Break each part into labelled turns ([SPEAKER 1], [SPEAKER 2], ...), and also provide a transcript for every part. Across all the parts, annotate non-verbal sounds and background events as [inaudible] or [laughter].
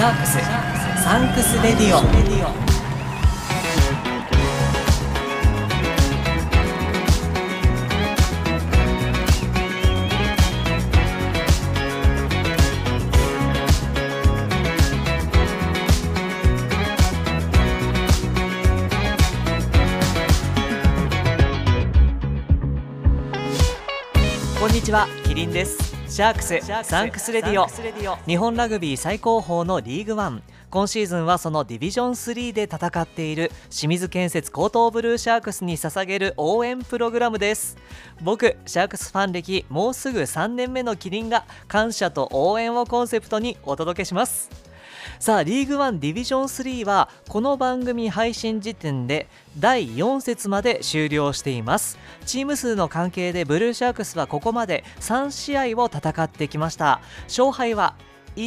[SPEAKER 1] ャークスサンクスレディオこんにちはキリンですシャークスサンクスレディオ日本ラグビー最高峰のリーグワン今シーズンはそのディビジョン3で戦っている清水建設高等ブルーシャークスに捧げる応援プログラムです僕シャークスファン歴もうすぐ3年目のキリンが感謝と応援をコンセプトにお届けしますさあリーグワンディビジョン3はこの番組配信時点で第4節まで終了していますチーム数の関係でブルーシャークスはここまで3試合を戦ってきました勝敗は1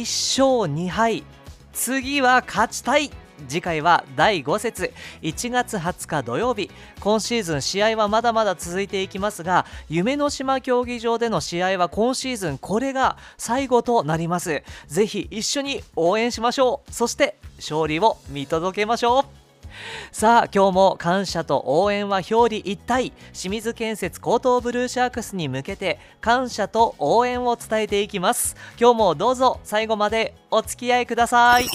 [SPEAKER 1] 勝2敗次は勝ちたい次回は第5節1月20日土曜日今シーズン試合はまだまだ続いていきますが夢の島競技場での試合は今シーズンこれが最後となりますぜひ一緒に応援しましょうそして勝利を見届けましょうさあ今日も感謝と応援は表裏一体清水建設高等ブルーシャークスに向けて感謝と応援を伝えていきます今日もどうぞ最後までお付き合いください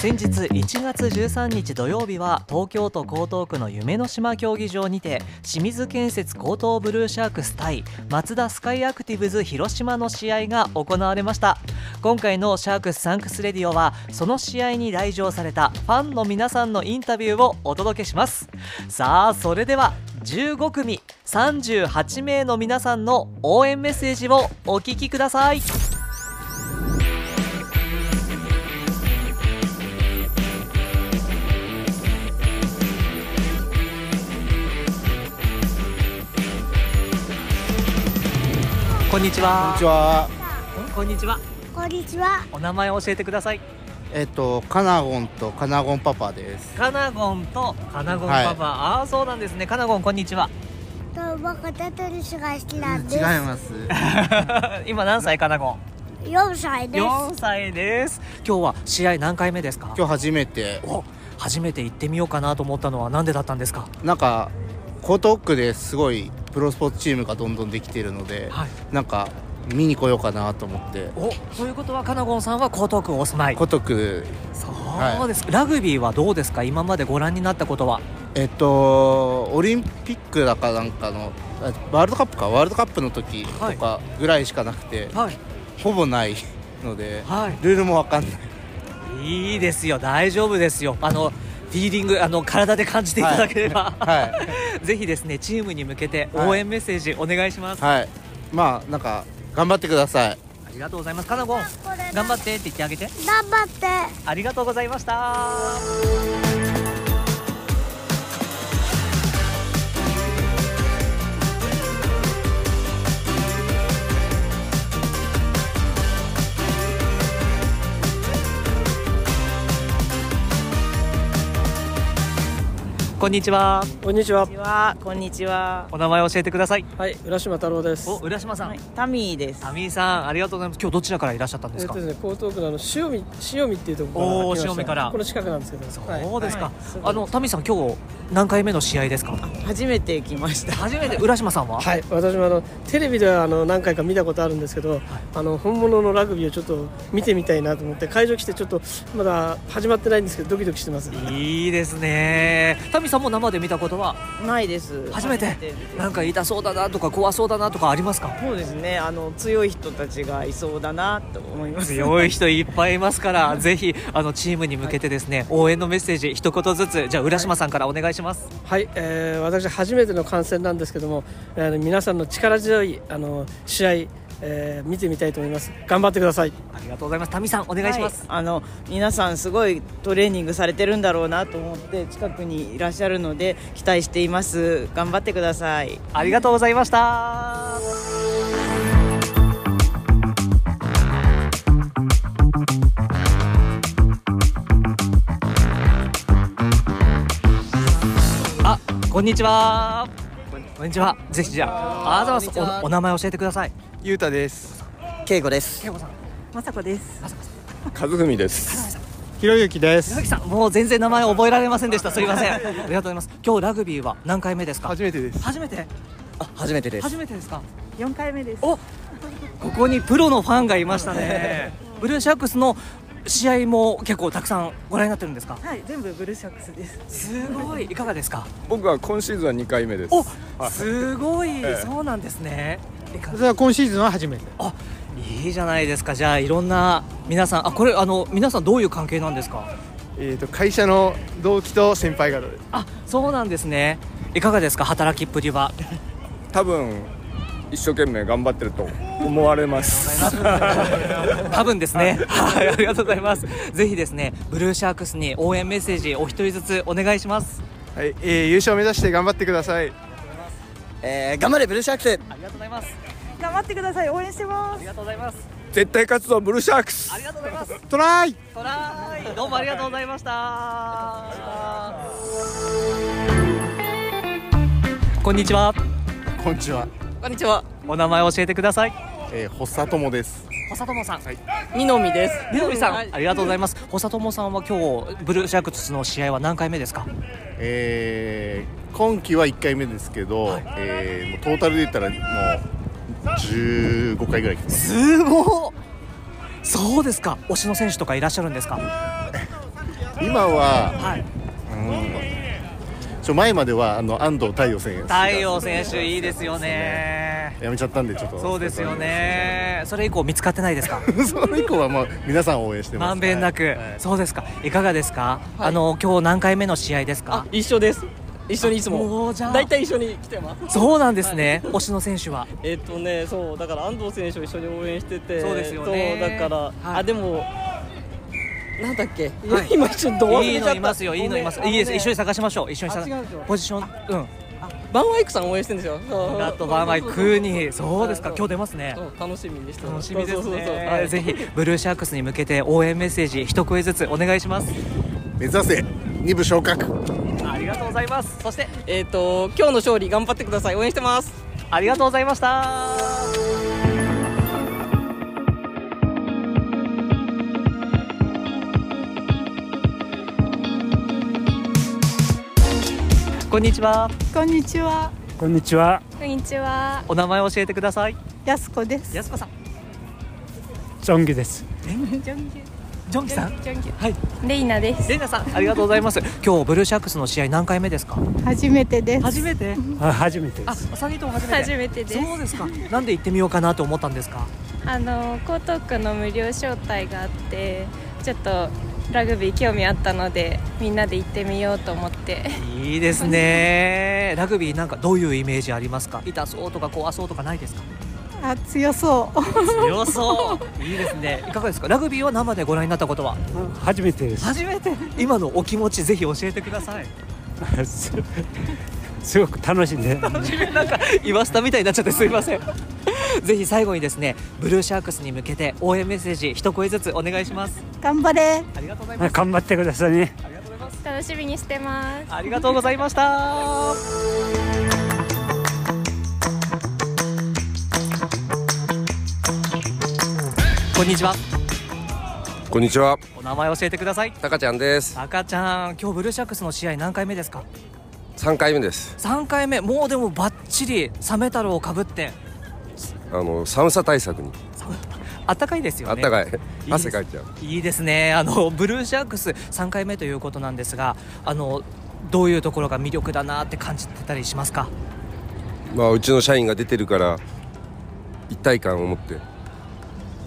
[SPEAKER 1] 先日1月13日土曜日は東京都江東区の夢の島競技場にて清水建設高等ブルーシャークス対松田スカイアクティブズ広島の試合が行われました今回の「シャークスサンクスレディオは」その試合に来場されたファンの皆さんのインタビューをお届けしますさあそれでは15組38名の皆さんの応援メッセージをお聞きくださいこんにち
[SPEAKER 2] こん
[SPEAKER 1] は
[SPEAKER 2] にちは。
[SPEAKER 1] こんにちは
[SPEAKER 3] こんにちは。
[SPEAKER 1] お名前を教えてください
[SPEAKER 2] えっ、とカナゴンとカナゴンパパです。
[SPEAKER 1] カナゴンとカナゴンパパ、ああそうなんですねカナゴンこんにちは [laughs]
[SPEAKER 3] どうもカタトルスが好き
[SPEAKER 2] 違い
[SPEAKER 3] なんです。 [laughs]
[SPEAKER 2] ます。
[SPEAKER 1] 今何歳カナゴン
[SPEAKER 3] 四歳です。
[SPEAKER 1] 4歳です今日は試合何回目ですか
[SPEAKER 2] 今日初めて
[SPEAKER 1] お初めて行ってみようかなと思ったのはなんでだったんですか
[SPEAKER 2] なんか江東区ですごいプロスポーツチームがどんどんできているので、
[SPEAKER 1] はい
[SPEAKER 2] なんか見に来ようかなと思って。
[SPEAKER 1] おということはカナゴンさんは江東区お住まい
[SPEAKER 2] 江東区
[SPEAKER 1] そうです、ラグビーはどうですか今までご覧になったことは
[SPEAKER 2] えっ、とオリンピックだかなんかのあワールドカップかワールドカップの時とかぐらいしかなくて、
[SPEAKER 1] はい
[SPEAKER 2] ほぼないので、
[SPEAKER 1] は
[SPEAKER 2] ルールもわかんない。
[SPEAKER 1] いいいですよ大丈夫ですよあのフィーリングあの体で感じていただければ、
[SPEAKER 2] は
[SPEAKER 1] [laughs]
[SPEAKER 2] い。
[SPEAKER 1] ぜひですねチームに向けて
[SPEAKER 2] はい
[SPEAKER 1] 応援メッセージお願いします、
[SPEAKER 2] はい。まあなんか頑張ってください。
[SPEAKER 1] ありがとうございますかなごん
[SPEAKER 3] これ
[SPEAKER 1] 頑張ってって言ってあげて
[SPEAKER 3] 頑張って。
[SPEAKER 1] ありがとうございましたこんにちは
[SPEAKER 4] こんにちは
[SPEAKER 5] こん。にちは。こんにちは。
[SPEAKER 1] お名前教えてください
[SPEAKER 4] はい、浦島太郎です。
[SPEAKER 1] お浦島さん、
[SPEAKER 5] はい、タミーです。
[SPEAKER 1] タミーさんありがとうございます今日どちらからいらっしゃったんで
[SPEAKER 4] え
[SPEAKER 1] す
[SPEAKER 4] っ
[SPEAKER 1] か、
[SPEAKER 4] とですね、江東区のあの塩見塩見っていうところから
[SPEAKER 1] おー
[SPEAKER 4] 来ました
[SPEAKER 1] 塩見から
[SPEAKER 4] この近くなんですけど。
[SPEAKER 1] そうですか、
[SPEAKER 5] はいすごい
[SPEAKER 1] あのタミーさん今日何回目の試合ですか
[SPEAKER 5] 初めて来ました。
[SPEAKER 1] 初めて浦島さんは、
[SPEAKER 4] はい、はい、私もあのテレビではあの何回か見たことあるんですけど、あの本物のラグビーをちょっと見てみたいなと思って会場来てちょっとまだ始まってないんですけどドキドキしてます。
[SPEAKER 1] い、いですねタミさんも生で見たことは
[SPEAKER 5] ないです。
[SPEAKER 1] 初めて
[SPEAKER 5] です
[SPEAKER 1] なんか痛そうだなとか怖そうだなとかありますか
[SPEAKER 5] そうですね。あの強い人たちがいそうだなと思います。
[SPEAKER 1] 強い人いっぱいいますからぜひあのチームに向けてですね応援のメッセージ一言ずつじゃあ浦島さんからお願いします
[SPEAKER 4] はい、えー、私初めての観戦なんですけども、あの皆さんの力強いあの試合、えー見てみたいと思います。頑張ってください。
[SPEAKER 1] ありがとうございますタミさんお願いします、
[SPEAKER 5] はいあの皆さんすごいトレーニングされてるんだろうなと思って近くにいらっしゃるので期待しています。頑張ってください。
[SPEAKER 1] ありがとうございましたあこんにちは
[SPEAKER 5] こんに
[SPEAKER 1] こんにちはぜひじゃああざますおお名前教えてください
[SPEAKER 6] ゆうたです。
[SPEAKER 7] 慶吾です
[SPEAKER 1] けいこさん
[SPEAKER 8] まさこです。
[SPEAKER 9] 和文です。
[SPEAKER 6] ひろゆきです。
[SPEAKER 1] 鈴木さんもう全然名前覚えられませんでしたすいませんありがとうございます今日ラグビーは何回目ですか
[SPEAKER 6] 初めてです。
[SPEAKER 1] 初めて
[SPEAKER 7] あ初めてです
[SPEAKER 1] 初めてですか
[SPEAKER 8] 四回目です。
[SPEAKER 1] おここにプロのファンがいましたねブルーシャークスの試合も結構たくさんご覧になってるんですか
[SPEAKER 8] はい、全部ブルーシャックスです。
[SPEAKER 1] すごいいかがですか
[SPEAKER 9] 僕は今シーズンは2回目です。
[SPEAKER 1] お
[SPEAKER 9] はい
[SPEAKER 1] すごい、
[SPEAKER 9] ええ
[SPEAKER 1] そうなんですねいか
[SPEAKER 6] それは今シーズンは初めて。
[SPEAKER 1] あいいじゃないですかじゃあいろんな皆さんあこれあの皆さんどういう関係なんですか
[SPEAKER 6] えっ、と会社の同期と先輩方です。
[SPEAKER 1] あそうなんですねいかがですか働きっぷりは [laughs]
[SPEAKER 9] 多分一生懸命頑張ってると思われます。
[SPEAKER 1] 多分ですねはいありがとうございますぜひですねブルーシャークスに応援メッセージお一人ずつお願いします
[SPEAKER 6] はい、えー優勝目指して頑張ってください。
[SPEAKER 7] えー頑張れブルーシャークス
[SPEAKER 1] ありがとうございます
[SPEAKER 8] 頑張ってください。応援してま
[SPEAKER 1] あ
[SPEAKER 8] す
[SPEAKER 1] り。がとうございます
[SPEAKER 9] 絶対勝つぞブルーシャークス。
[SPEAKER 1] ありがとうございます
[SPEAKER 6] トライ。
[SPEAKER 1] トライどうもありがとうございましたこんにちは
[SPEAKER 2] こんにちは、
[SPEAKER 5] こんにちは。
[SPEAKER 1] お名前教えてください
[SPEAKER 2] えー、発作友です
[SPEAKER 1] 細友さん
[SPEAKER 5] 二のみです。
[SPEAKER 1] みのりさん、ありがとうございます細友さんは今日ブルーシャークスの試合は何回目ですか
[SPEAKER 10] えー今季は1回目ですけど、えーもうトータルで言ったらもう15回ぐらい来てます
[SPEAKER 1] すごっそうですか推しの選手とかいらっしゃるんですか
[SPEAKER 10] 今は
[SPEAKER 1] はい
[SPEAKER 10] ちょ前まではあの安藤太陽選手
[SPEAKER 1] 太陽選手いいですよね
[SPEAKER 10] やめちゃったんでちょっと
[SPEAKER 1] そうですよねそれ以降見つかってない [laughs] ですか
[SPEAKER 10] その以降はもう皆さん応援してます
[SPEAKER 1] まんべんなく、
[SPEAKER 10] はい
[SPEAKER 1] そうですかいかがですか、あの今日何回目の試合ですか
[SPEAKER 5] 一緒です。一緒にいつ
[SPEAKER 1] もうじゃあ
[SPEAKER 5] 体一緒に来てます。
[SPEAKER 1] そうなんですね、推しの選手は
[SPEAKER 5] えっとね、そうだから安藤選手を一緒に応援してて、
[SPEAKER 1] そうですよね
[SPEAKER 5] そうだから、
[SPEAKER 1] はい
[SPEAKER 5] あでもなんだっけ、
[SPEAKER 1] はい
[SPEAKER 5] 今一緒にどう
[SPEAKER 1] いいのいますよいいのいますいいです一緒に探しましょう一緒に探
[SPEAKER 5] あ違うんですよ
[SPEAKER 1] ポジションう
[SPEAKER 5] バンワイクさん応援してるんですよ。
[SPEAKER 1] ん
[SPEAKER 5] そ
[SPEAKER 1] ラ
[SPEAKER 5] う
[SPEAKER 1] ットバーマイクーニーそうですか
[SPEAKER 5] そう
[SPEAKER 1] 今日出ますね
[SPEAKER 5] そう楽しみにして
[SPEAKER 1] 楽
[SPEAKER 5] ます
[SPEAKER 1] しみです
[SPEAKER 5] そうそうそうそうは
[SPEAKER 1] ね
[SPEAKER 5] い
[SPEAKER 1] ぜひブルーシャークスに向けて応援メッセージ一声ずつお願いします
[SPEAKER 10] 目指せ2部昇格
[SPEAKER 1] ありがとうございますそして
[SPEAKER 5] えっ、と今日の勝利頑張ってください応援してます。
[SPEAKER 1] ありがとうございましたこんにちは
[SPEAKER 8] こんにちは。
[SPEAKER 6] こんにちは。
[SPEAKER 8] こんにちは。
[SPEAKER 1] お名前教えてください
[SPEAKER 8] やすこです。
[SPEAKER 1] やすこさん
[SPEAKER 6] ジョンギ
[SPEAKER 1] [laughs]
[SPEAKER 6] です。
[SPEAKER 1] ジョンキさんはい
[SPEAKER 8] レイナです。
[SPEAKER 1] レイナさんありがとうございます今日ブルーシャークスの試合何回目ですか
[SPEAKER 8] 初めてです。
[SPEAKER 1] 初め
[SPEAKER 8] [laughs]
[SPEAKER 1] て
[SPEAKER 6] 初めて
[SPEAKER 1] あ、三人とも初めて
[SPEAKER 8] 初めてです
[SPEAKER 1] そうですかなんで行ってみようかなと思ったんですか
[SPEAKER 8] あの江東区の無料招待があって、ちょっとラグビー興味あったのでみんなで行ってみようと思って。
[SPEAKER 11] [laughs]
[SPEAKER 1] いいですねラグビーなんかどういうイメージありますか痛そうとか怖そうとかないですか
[SPEAKER 8] あ強そう。[laughs]
[SPEAKER 1] 強そういいですねいかがですかラグビーは生でご覧になったことは
[SPEAKER 6] 初めてで。
[SPEAKER 1] 初めて今のお気持ちぜひ教えてください
[SPEAKER 6] [laughs] すごく楽しん
[SPEAKER 12] [laughs]
[SPEAKER 6] で。
[SPEAKER 1] なんか言わせたみたいになっちゃってすいません [laughs] ぜひ最後にですねブルーシャークスに向けて応援メッセージ一声ずつお願いします
[SPEAKER 8] 頑張れ。
[SPEAKER 1] ありがとうございます
[SPEAKER 6] 頑張ってくださいね。
[SPEAKER 8] 楽しみにしてます。
[SPEAKER 1] ありがとうございました。こんにちは。
[SPEAKER 9] こんにちは。
[SPEAKER 1] お名前教えてください。
[SPEAKER 9] たかちゃんです。
[SPEAKER 1] 赤ちゃん、今日ブルーシャックスの試合何回目ですか。
[SPEAKER 9] 3回目です。
[SPEAKER 1] 三回目、もうでもバッチリサメ太郎をかぶって。
[SPEAKER 9] あの寒さ対策に
[SPEAKER 1] [laughs] あったかいですよ
[SPEAKER 9] あっ
[SPEAKER 1] ね。
[SPEAKER 9] たか
[SPEAKER 1] い
[SPEAKER 9] い
[SPEAKER 1] です
[SPEAKER 9] 汗かいちゃう。
[SPEAKER 1] いですね。あのブルーシャークス三回目ということなんですが、あのどういうところが魅力だなって感じてたりしますか。
[SPEAKER 9] まあうちの社員が出てるから一体感を持って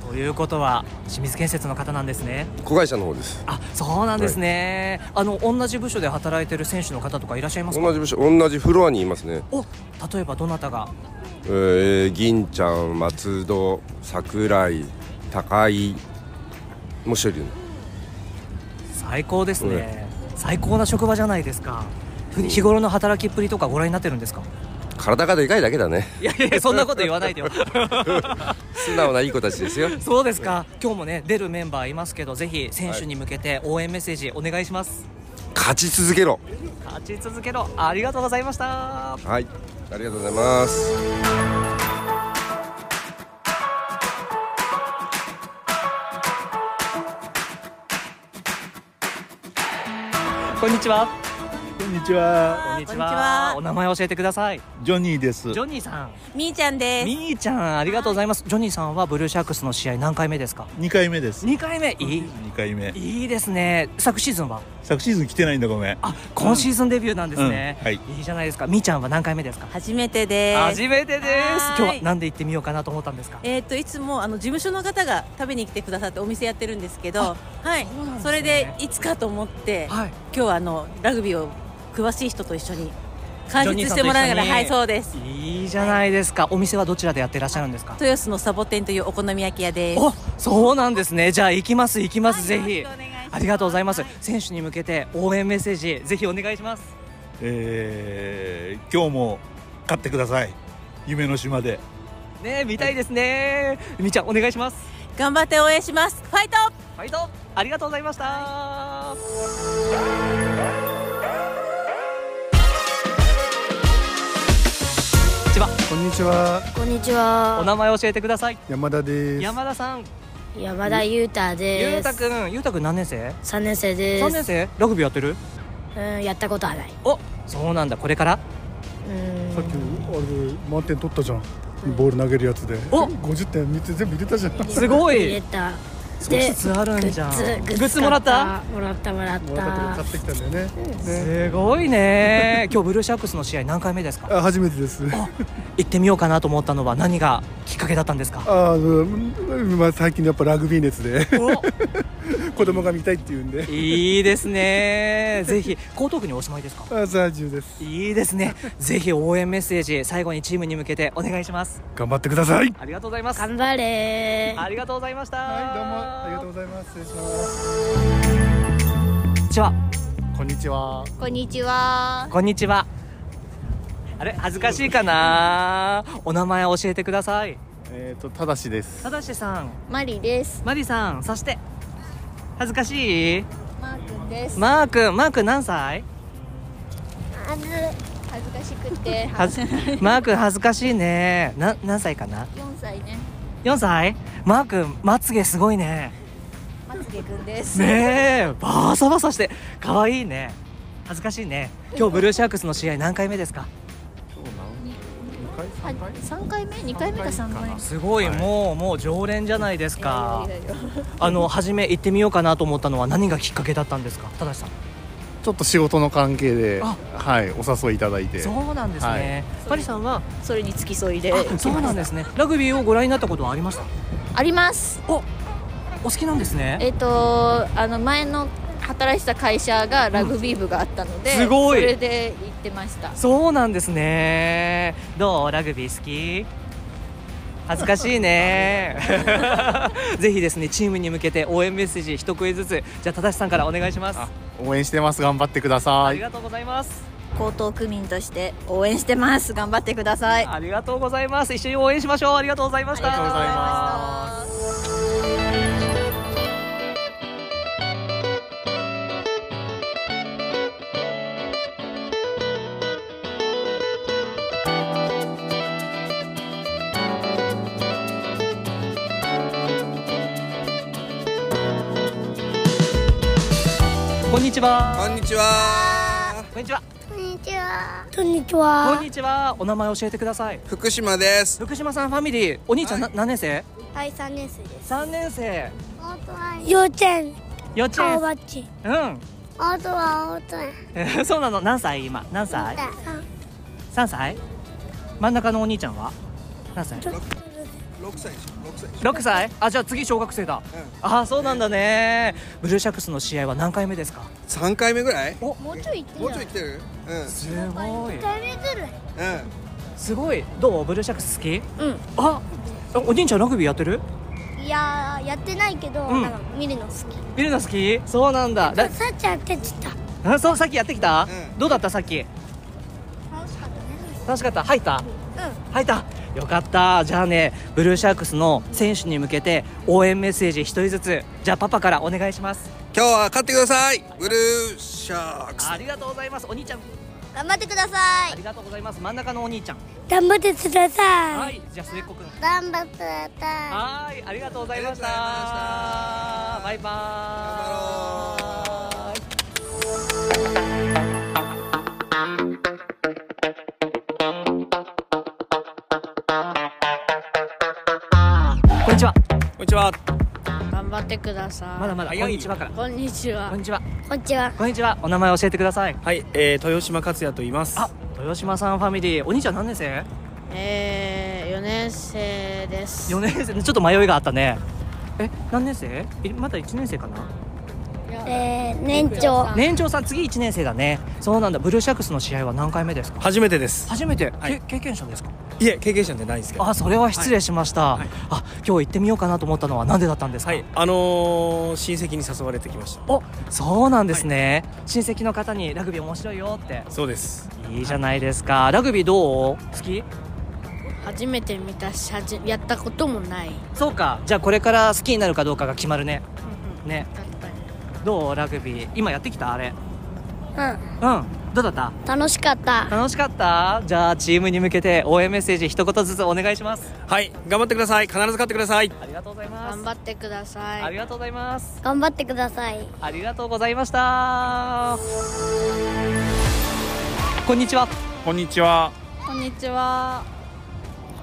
[SPEAKER 1] ということは清水建設の方なんですね。
[SPEAKER 9] 子会社の方です。
[SPEAKER 1] あ、そうなんですね。あの同じ部署で働いてる選手の方とかいらっしゃいますか。
[SPEAKER 9] 同じ部署同じフロアにいますね。
[SPEAKER 1] お、例えばどなたが。
[SPEAKER 9] えー、銀ちゃん松戸桜井高井もう一人いるの
[SPEAKER 1] 最高ですね。最高な職場じゃないですか。ふ日頃の働きっぷりとかご覧になってるんですか。
[SPEAKER 9] 体がでかいだけだね
[SPEAKER 1] いやいやいや、そんなこと言わ [laughs] ないでよ。
[SPEAKER 9] 素直ないい子たちですよ
[SPEAKER 1] そうですか。今日もね、出るメンバーいますけど、ぜひ選手に向けて応援メッセージお願いします。
[SPEAKER 9] 勝ち続けろ
[SPEAKER 1] 勝ち続けろ。ありがとうございました。
[SPEAKER 9] はい
[SPEAKER 13] ありがとうございます
[SPEAKER 1] こんにちは。
[SPEAKER 14] こんにちは。
[SPEAKER 1] こんにち
[SPEAKER 5] こんにちは
[SPEAKER 1] は。お名前教えてください。
[SPEAKER 14] ジョニーです。
[SPEAKER 1] ジョニーさん。
[SPEAKER 5] みーちゃんです
[SPEAKER 1] みーちゃん、ありがとうございます。ジョニーさんはブルーシャークスの試合何回目ですか。
[SPEAKER 14] 二回目です。
[SPEAKER 1] 二回目。いい。
[SPEAKER 14] 二回目。
[SPEAKER 1] いいですね。昨シーズンは。
[SPEAKER 14] 昨シーズン来てないんだごめん。あ、
[SPEAKER 1] 今シーズンデビューなんですね。
[SPEAKER 14] うんはい
[SPEAKER 1] いいじゃないですか。みーちゃんは何回目ですか。
[SPEAKER 5] 初めてです
[SPEAKER 1] 初めてです。
[SPEAKER 5] はーい
[SPEAKER 1] 今日はなんで行ってみようかなと思ったんですか。
[SPEAKER 5] えっ、といつもあの事務所の方が食べに来てくださってお店やってるんですけど、はい、それでいつかと思って、今日はあのラグビーを詳しい人と一緒に解説してもらいながら、
[SPEAKER 1] ジョ
[SPEAKER 5] は
[SPEAKER 1] ニー
[SPEAKER 5] い、
[SPEAKER 1] さ
[SPEAKER 5] そ
[SPEAKER 1] ん
[SPEAKER 5] う
[SPEAKER 1] と一緒に
[SPEAKER 5] です。
[SPEAKER 1] いいじゃないですか。お店はどちらでやってらっしゃるんですか。
[SPEAKER 5] 豊洲のサボテンというお好み焼き屋です。
[SPEAKER 1] お、そうなんですね。じゃあ行きます行きます、ぜひ。ありがとうございます。選手に向けて応援メッセージぜひお願いします。
[SPEAKER 14] えー、今日も買ってください。夢の島で。
[SPEAKER 1] ね見たいですね。みーちゃんお願いします。
[SPEAKER 5] 頑張って応援します。ファイト。
[SPEAKER 1] ファイト。ありがとうございました。こんにちは。
[SPEAKER 4] こんにちは。
[SPEAKER 11] こんにちは。
[SPEAKER 1] お名前教えてください。
[SPEAKER 4] 山田です。
[SPEAKER 1] 山田さん。
[SPEAKER 11] 山田裕太です。
[SPEAKER 1] ゆうたくん、ゆうたくん何年生？
[SPEAKER 11] 三年生です。
[SPEAKER 1] 三年生？ラグビーやってる？
[SPEAKER 11] うん、やったことはない。
[SPEAKER 1] お、そうなんだ。これから？
[SPEAKER 11] うん。
[SPEAKER 4] さっきあれ満点取ったじゃん。ボール投げるやつで。
[SPEAKER 1] お、
[SPEAKER 4] 五十点三つ全部入れた
[SPEAKER 5] [laughs]
[SPEAKER 4] じゃん。
[SPEAKER 1] すごい入 [laughs] れ
[SPEAKER 11] た
[SPEAKER 4] 少
[SPEAKER 11] で
[SPEAKER 4] しずつあるんじゃん
[SPEAKER 11] グッズ
[SPEAKER 4] グッズもらった
[SPEAKER 11] もらったもらった。
[SPEAKER 4] 買ってきたんだよね。
[SPEAKER 1] すごいね。 [laughs] 今日ブルーシャークスの試合何回目ですか？
[SPEAKER 4] あ初めてです。
[SPEAKER 1] 行ってみようかなと思ったのは何がきっかけだったんですか？
[SPEAKER 4] ああ、 [laughs] うんまあ最近やっぱラグビー熱で [laughs] 子供が見たいっていうんで。
[SPEAKER 1] いいですね。ぜひ江東区にお住まいですか？
[SPEAKER 4] あ在住です。
[SPEAKER 1] いいですね。ぜひ応援メッセージ最後にチームに向けてお願いします。
[SPEAKER 4] 頑張ってください。
[SPEAKER 1] ありがとうございます。
[SPEAKER 11] 頑張れ。
[SPEAKER 1] ありがとうございました。はい、どうも
[SPEAKER 4] ありがとうございます。失礼します。
[SPEAKER 1] こんにちは。
[SPEAKER 4] こんにちは。
[SPEAKER 3] こんにちは。
[SPEAKER 1] こんにちは。あれ恥ずかしいかな。お名前教えてください。
[SPEAKER 2] えっ、とただしです
[SPEAKER 1] ただしさん、
[SPEAKER 3] マリです。
[SPEAKER 1] マリさん、そして恥ずかしい？
[SPEAKER 3] マー君です。
[SPEAKER 1] マー君、マー君何歳？
[SPEAKER 3] あず恥ずかしくて。
[SPEAKER 1] はずマー君恥ずかしいね。な何歳かな？
[SPEAKER 3] [laughs] 四歳ね。
[SPEAKER 1] 4歳マー君まつげすごいね
[SPEAKER 3] まつげくんです。
[SPEAKER 1] ねえバサバサして可愛いね恥ずかしいね今日ブルーシャークスの試合何回目ですか
[SPEAKER 3] は三回目、二回目か三回目。
[SPEAKER 1] すごい、もうもう常連じゃないですか、
[SPEAKER 3] いやいやいや
[SPEAKER 1] あの初め行ってみようかなと思ったのは何がきっかけだったんですかただしさん
[SPEAKER 2] ちょっと仕事の関係で、はい、お誘いいただいて
[SPEAKER 1] そうなんですね、マリさんは
[SPEAKER 3] それに付き添いで
[SPEAKER 1] あそうなんですねラグビーをご覧になったことはありました
[SPEAKER 3] あります。
[SPEAKER 1] お、お好きなんですね
[SPEAKER 3] えっ、とあの前の働いてた会社がラグビー部があったので、
[SPEAKER 1] うんすごい
[SPEAKER 3] それで行ってました。
[SPEAKER 1] そうなんですねどうラグビー好き恥ずかしい [laughs] ねぜひですねチームに向けて応援メッセージ一声ずつじゃあ正さんからお願いします
[SPEAKER 2] 応援してます頑張ってください
[SPEAKER 1] とうございます。
[SPEAKER 3] 江東区民として応援してます。頑張ってください。
[SPEAKER 1] ありがとうございます一緒に応援しましょうありがとうございましたありがとうございますこんにちはこんにちはこんにちは
[SPEAKER 15] こんにちは。
[SPEAKER 11] こんにち
[SPEAKER 1] こ
[SPEAKER 11] は
[SPEAKER 1] んにちは。お名前教えてください。福島です。福島さんファミリー。お兄ちゃん、な何年生？
[SPEAKER 15] はい、三年生です。
[SPEAKER 1] 三年生。
[SPEAKER 15] オートワイン。
[SPEAKER 11] 幼稚園。
[SPEAKER 1] 幼稚園
[SPEAKER 15] 青バッチ。オートワン、オートワン。
[SPEAKER 1] うん。 [laughs] そうなの。何歳今？何歳？三歳？真ん中のお兄ちゃんは？何歳？
[SPEAKER 9] 六歳でしょ。六歳でしょ。
[SPEAKER 1] 六歳？あじゃあ次小学生だ。ああそうなんだね。ブルーシャックスの試合は何回目ですか？三回目ぐらい？お
[SPEAKER 3] もうちょい行って
[SPEAKER 9] もうちょい来てる。うん。
[SPEAKER 1] すごい。
[SPEAKER 15] ぐらい。
[SPEAKER 1] すごい。どう？ブルーシャックス好き？
[SPEAKER 15] うん。
[SPEAKER 1] あ、お兄ちゃんラグビーやってる？
[SPEAKER 15] いやー、やってないけど、
[SPEAKER 1] うん
[SPEAKER 15] なんか見るの好き。
[SPEAKER 1] 見るの好き？そうなんだ。ラ
[SPEAKER 15] さっちゃんやってちった。
[SPEAKER 1] あそうさっきやってきた、どうだったさっき楽しかった入った入ったよかったじゃあねブルーシャークスの選手に向けて応援メッセージ一人ずつじゃあパパからお願いします
[SPEAKER 9] 今日は勝ってください。ブルーシャークス。
[SPEAKER 1] ありがとうございますお兄ちゃん
[SPEAKER 3] 頑張ってください
[SPEAKER 1] ありがとうございます真ん中のお兄ちゃん
[SPEAKER 3] 頑張ってください
[SPEAKER 1] はいじゃあ末っ子くんは
[SPEAKER 3] 頑張ってください
[SPEAKER 1] ーいありがとうございましたバイバーイこんにちはこんにちは
[SPEAKER 16] 頑張ってください
[SPEAKER 1] まだまだこんにちはから
[SPEAKER 16] こんにちはこん
[SPEAKER 1] にちは
[SPEAKER 16] こんにちは
[SPEAKER 1] こんにちはお名前教えてください
[SPEAKER 17] はい、えー、豊島克也と言います。あ、
[SPEAKER 1] 豊島さんファミリーお兄ちゃん何年生
[SPEAKER 16] えー、4年生です
[SPEAKER 1] 4年生ちょっと迷いがあったねえ何年生えまだ1年生かな
[SPEAKER 3] えー、年長
[SPEAKER 1] 年長さん次1年生だねそうなんだブルーシャックスの試合は何回目ですか
[SPEAKER 17] 初めてです。
[SPEAKER 1] 初めて、け経験者ですか
[SPEAKER 17] いえ、経験者じゃないんですけど。
[SPEAKER 1] あそれは失礼しました、あ今日行ってみようかなと思ったのは何でだったんですか、
[SPEAKER 17] はい、あのー、親戚に誘われてきました。
[SPEAKER 1] おそうなんですね、親戚の方にラグビー面白いよって
[SPEAKER 17] そうです。
[SPEAKER 1] いいじゃないですか、ラグビーどう好き
[SPEAKER 16] 初めて見たしはじやったこともない
[SPEAKER 1] そうかじゃあこれから好きになるかどうかが決まるね、ねどうラグビー今やってきたあれ
[SPEAKER 3] うん
[SPEAKER 1] うんどうだった
[SPEAKER 3] 楽しかった
[SPEAKER 1] 楽しかったじゃあチームに向けて応援メッセージ一言ずつお願いします
[SPEAKER 17] はい、頑張ってください。必ず勝ってください。
[SPEAKER 1] ありがとうございます
[SPEAKER 16] 頑張ってください
[SPEAKER 1] ありがとうございます
[SPEAKER 3] 頑張ってください
[SPEAKER 1] ありがとうございましたこんにちは
[SPEAKER 12] こんにちは
[SPEAKER 18] こんにちは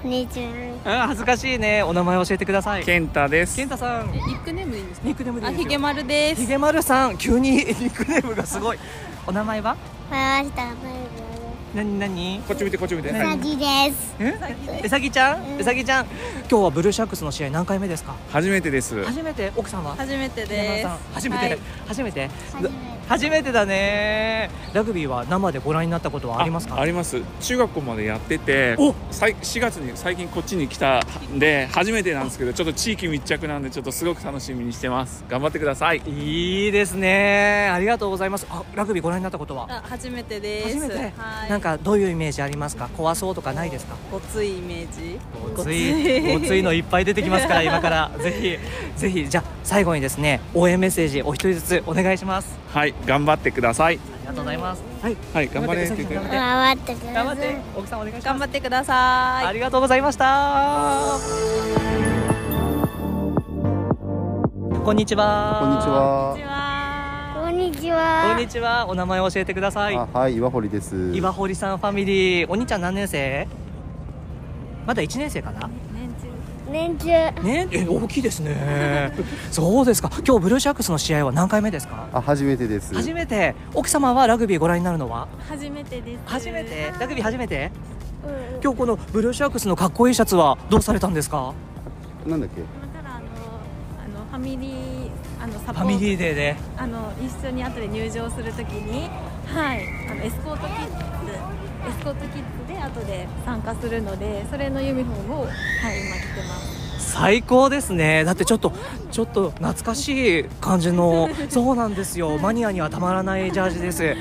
[SPEAKER 3] こんにち
[SPEAKER 1] うん恥ずかしいねお名前教えてください
[SPEAKER 12] 健太です
[SPEAKER 1] 健太さん
[SPEAKER 11] ニックネームでいいんです
[SPEAKER 1] ニックネーム
[SPEAKER 11] あ、ひげまるです。
[SPEAKER 1] ひげまるさん急に [laughs] ニックネームがすごいお名前は
[SPEAKER 3] 回した
[SPEAKER 1] なになに
[SPEAKER 12] こっち見てこっち見て
[SPEAKER 3] うさぎです
[SPEAKER 1] えうさぎちゃんうさぎちゃん今日はブルーシャックスの試合何回目ですか
[SPEAKER 12] 初めてです
[SPEAKER 1] 初めて奥さんは
[SPEAKER 11] 初めて
[SPEAKER 1] 山
[SPEAKER 11] で
[SPEAKER 1] 田
[SPEAKER 11] す
[SPEAKER 1] さん。初めて、
[SPEAKER 11] はい
[SPEAKER 1] 初めて初めてだねラグビーは生でご覧になったことはありますか
[SPEAKER 12] あります中学校までやっててさい4月に最近こっちに来たんで初めてなんですけどちょっと地域密着なんでちょっとすごく楽しみにしてます頑張ってください
[SPEAKER 1] いいですねありがとうございますあラグビーご覧になったことは
[SPEAKER 11] あ、初めてです。
[SPEAKER 1] 初めて
[SPEAKER 11] はい。
[SPEAKER 1] なんかどういうイメージありますか怖そうとかないですか
[SPEAKER 11] ごついイメージ。
[SPEAKER 1] ごついごついのいっぱい出てきます
[SPEAKER 11] [laughs]
[SPEAKER 1] から今からぜひぜひじゃあ最後にですね応援メッセージお一人ずつお願いします
[SPEAKER 12] はい頑張ってください
[SPEAKER 1] ありがとうございますはい
[SPEAKER 12] はい頑張れ
[SPEAKER 1] 頑張ってください
[SPEAKER 3] 頑張ってください
[SPEAKER 1] 頑張って奥さんお願いします
[SPEAKER 11] 頑張ってください。
[SPEAKER 1] ありがとうございましたこんにちは
[SPEAKER 19] こんにちは。
[SPEAKER 3] こんにち
[SPEAKER 1] こん
[SPEAKER 3] は
[SPEAKER 1] にちはお名前教えてください
[SPEAKER 19] あはい、岩堀です。
[SPEAKER 1] 岩堀さんファミリーお兄ちゃん何年生まだ1年生かな
[SPEAKER 3] 年中
[SPEAKER 1] ねえ大きいですね [laughs] そうですか今日ブルーシャックスの試合は何回目ですか
[SPEAKER 19] あ、初めてです。
[SPEAKER 1] 初めて奥様はラグビーご覧になるのは
[SPEAKER 11] 初めてです。
[SPEAKER 1] 初めてラグビー初めて今日このブルーシャークスのかっこいいシャツはどうされたんですか
[SPEAKER 19] なんだっけ。
[SPEAKER 11] あのファミリーあのサ
[SPEAKER 1] フ
[SPEAKER 11] ポ
[SPEAKER 1] ァミリー
[SPEAKER 11] ート。
[SPEAKER 1] デーで
[SPEAKER 11] あの一緒に後で入場するときに、はい、あのエスコートキッズ、エスコートキッズで後で参加するので、それのユニフォームをはい今着てます。
[SPEAKER 1] 最高ですねだってちょっとちょっと懐かしい感じのそうなんですよマニアにはたまらないジャージですぜ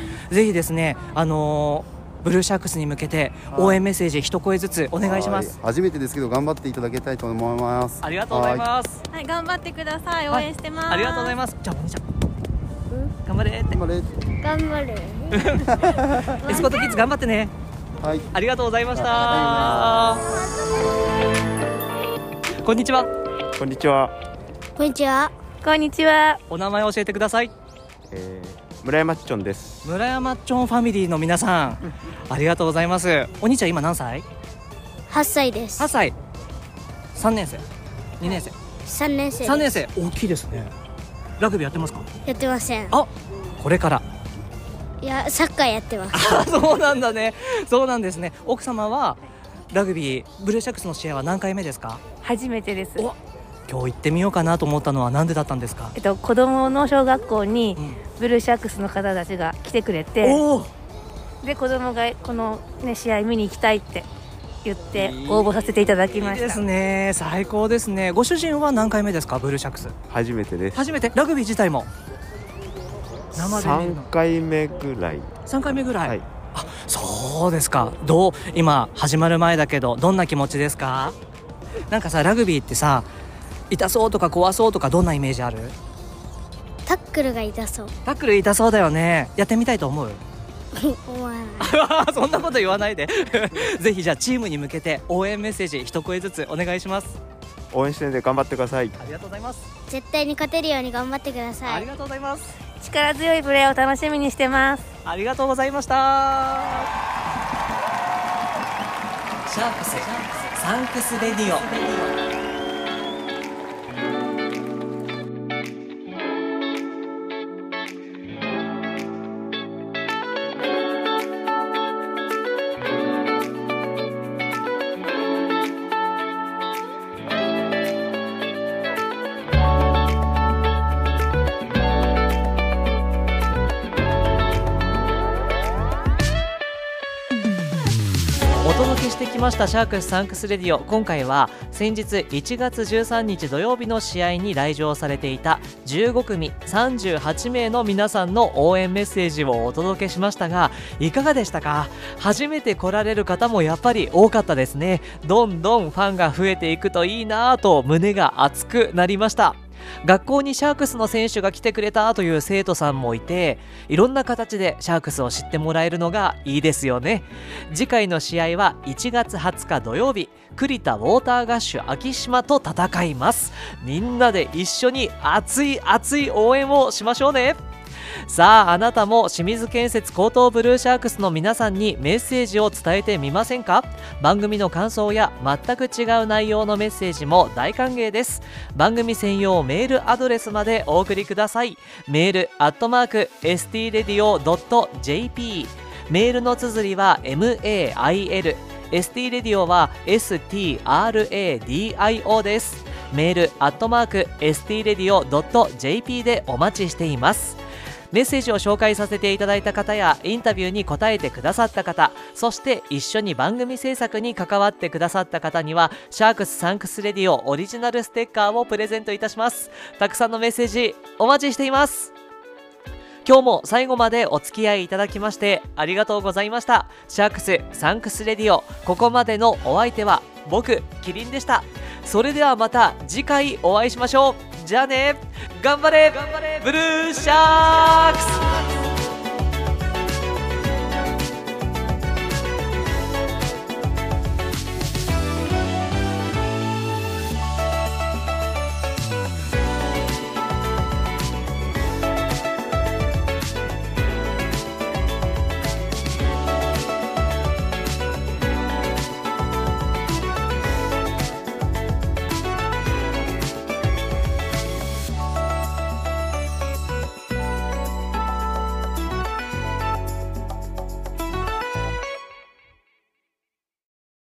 [SPEAKER 1] ひですねあのーブルーシャークスに向けて応援メッセージ一声ずつお願いします
[SPEAKER 19] はい。初めてですけど、頑張っていただきたいと思います。
[SPEAKER 1] ありがとうござい
[SPEAKER 19] は
[SPEAKER 1] ます
[SPEAKER 11] はい、頑張ってください。応援してます。
[SPEAKER 1] ありがとうございますじゃあお兄ちゃん頑張れって
[SPEAKER 3] 頑張る
[SPEAKER 1] エスコートキッズ頑張ってね
[SPEAKER 19] はい
[SPEAKER 1] ありがとうございましたこんにちは
[SPEAKER 12] こんにちは
[SPEAKER 3] こんにちは
[SPEAKER 20] こんにちは
[SPEAKER 1] お名前教えてください
[SPEAKER 21] えー、村山ちょんです。
[SPEAKER 1] 村山町ファミリーの皆さんありがとうございますお兄ちゃん今何歳
[SPEAKER 3] 8歳です
[SPEAKER 1] 8歳3年生2年生
[SPEAKER 3] 3年生です
[SPEAKER 1] 3年生大きいですねラグビーやってますか
[SPEAKER 3] やってません
[SPEAKER 1] あこれ
[SPEAKER 21] [laughs]
[SPEAKER 1] から
[SPEAKER 3] いやサッカーやってます
[SPEAKER 1] あそうなんだねそうなんですね奥様はラグビーブルーシャックスの試合は何回目ですか
[SPEAKER 20] 初めてです。
[SPEAKER 1] 今日行ってみようかなと思ったのはなんでだったんですか
[SPEAKER 20] えっと子供の小学校にブルーシャックスの方たちが来てくれて、で子供がこのね試合見に行きたいって言って応募させていただきま
[SPEAKER 1] いい
[SPEAKER 20] し
[SPEAKER 1] で
[SPEAKER 20] た。
[SPEAKER 1] すね最高ですねご主人は何回目ですかブルーシャックス
[SPEAKER 21] 初めてです。
[SPEAKER 1] 初めてラグビー自体も生で見る
[SPEAKER 21] 三
[SPEAKER 1] の
[SPEAKER 21] 回目ぐらい。
[SPEAKER 1] 3回目ぐらい、あそうですかどう今始まる前だけどどんな気持ちですかなんかさラグビーってさ痛そうとか怖そうとかどんなイメージある
[SPEAKER 3] タックルが痛そう
[SPEAKER 1] タックル痛そうだよねやってみたいと思う
[SPEAKER 3] 思わない
[SPEAKER 1] [laughs] そんなこと言わないでぜひじゃあチームに向けて応援メッセージ一声ずつお願いします
[SPEAKER 21] 応援してるんで頑張ってください
[SPEAKER 1] ありがとうございます
[SPEAKER 3] 絶対に勝てるように頑張ってくださいあり
[SPEAKER 1] がとうございます
[SPEAKER 20] 力強いプレーを楽しみにしてます
[SPEAKER 1] ありがとうございましたシャークスサンクスレディオお届けしてきましたシャークスサンクスレディオ今回は先日1月13日土曜日の試合に来場されていた15組38名の皆さんの応援メッセージをお届けしましたがいかがでしたか初めて来られる方もやっぱり多かったですねどんどんファンが増えていくといいなぁと胸が熱くなりました学校にシャークスの選手が来てくれたという生徒さんもいていろんな形でシャークスを知ってもらえるのがいいですよね次回の試合は1月20日土曜日栗田ウォーターガッシュ昭島と戦いますみんなで一緒に熱い熱い応援をしましょうねさああなたも清水建設高等ブルーシャークスの皆さんにメッセージを伝えてみませんか番組の感想や全く違う内容のメッセージも大歓迎です番組専用メールアドレスまでお送りくださいメールアットマーク stradio.jp メールの綴りは mail ST レディオは STRADIO ですメールアットマーク STRadio.jp でお待ちしていますメッセージを紹介させていただいた方やインタビューに答えてくださった方そして一緒に番組制作に関わってくださった方にはシャークスサンクスレディオオリジナルステッカーをプレゼントいたしますたくさんのメッセージお待ちしています今日も最後までお付き合いいただきましてありがとうございましたシャークスサンクスレディオここまでのお相手は僕キリンでしたそれではまた次回お会いしましょうじゃあね頑張れブルーシャークス